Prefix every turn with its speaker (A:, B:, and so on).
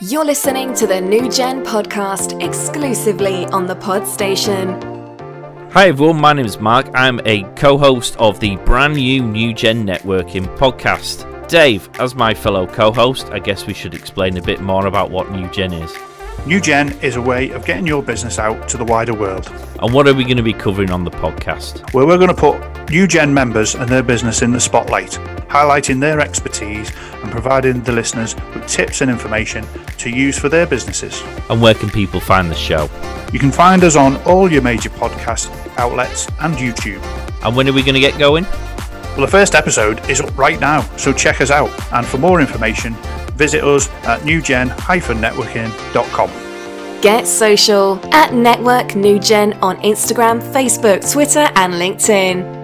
A: You're listening to the New Gen podcast exclusively on the Pod Station.
B: Hi everyone, my name is Mark. I'm a co-host of the brand new New Gen Networking podcast. Dave, as my fellow co-host, I guess we should explain a bit more about what New Gen is.
C: New Gen is a way of getting your business out to the wider world,
B: And what are we going to be covering on the podcast?
C: where we're going to put New Gen members and their business in the spotlight, highlighting their expertise and providing the listeners with tips and information to use for their businesses.
B: And where can people find the show?
C: You can find us on all your major podcast outlets and YouTube.
B: And when are we going to get going?
C: Well, the first episode is up right now, so check us out. And for more information, visit us at newgen-networking.com.
A: Get social at Network New Gen on Instagram, Facebook, Twitter, and LinkedIn.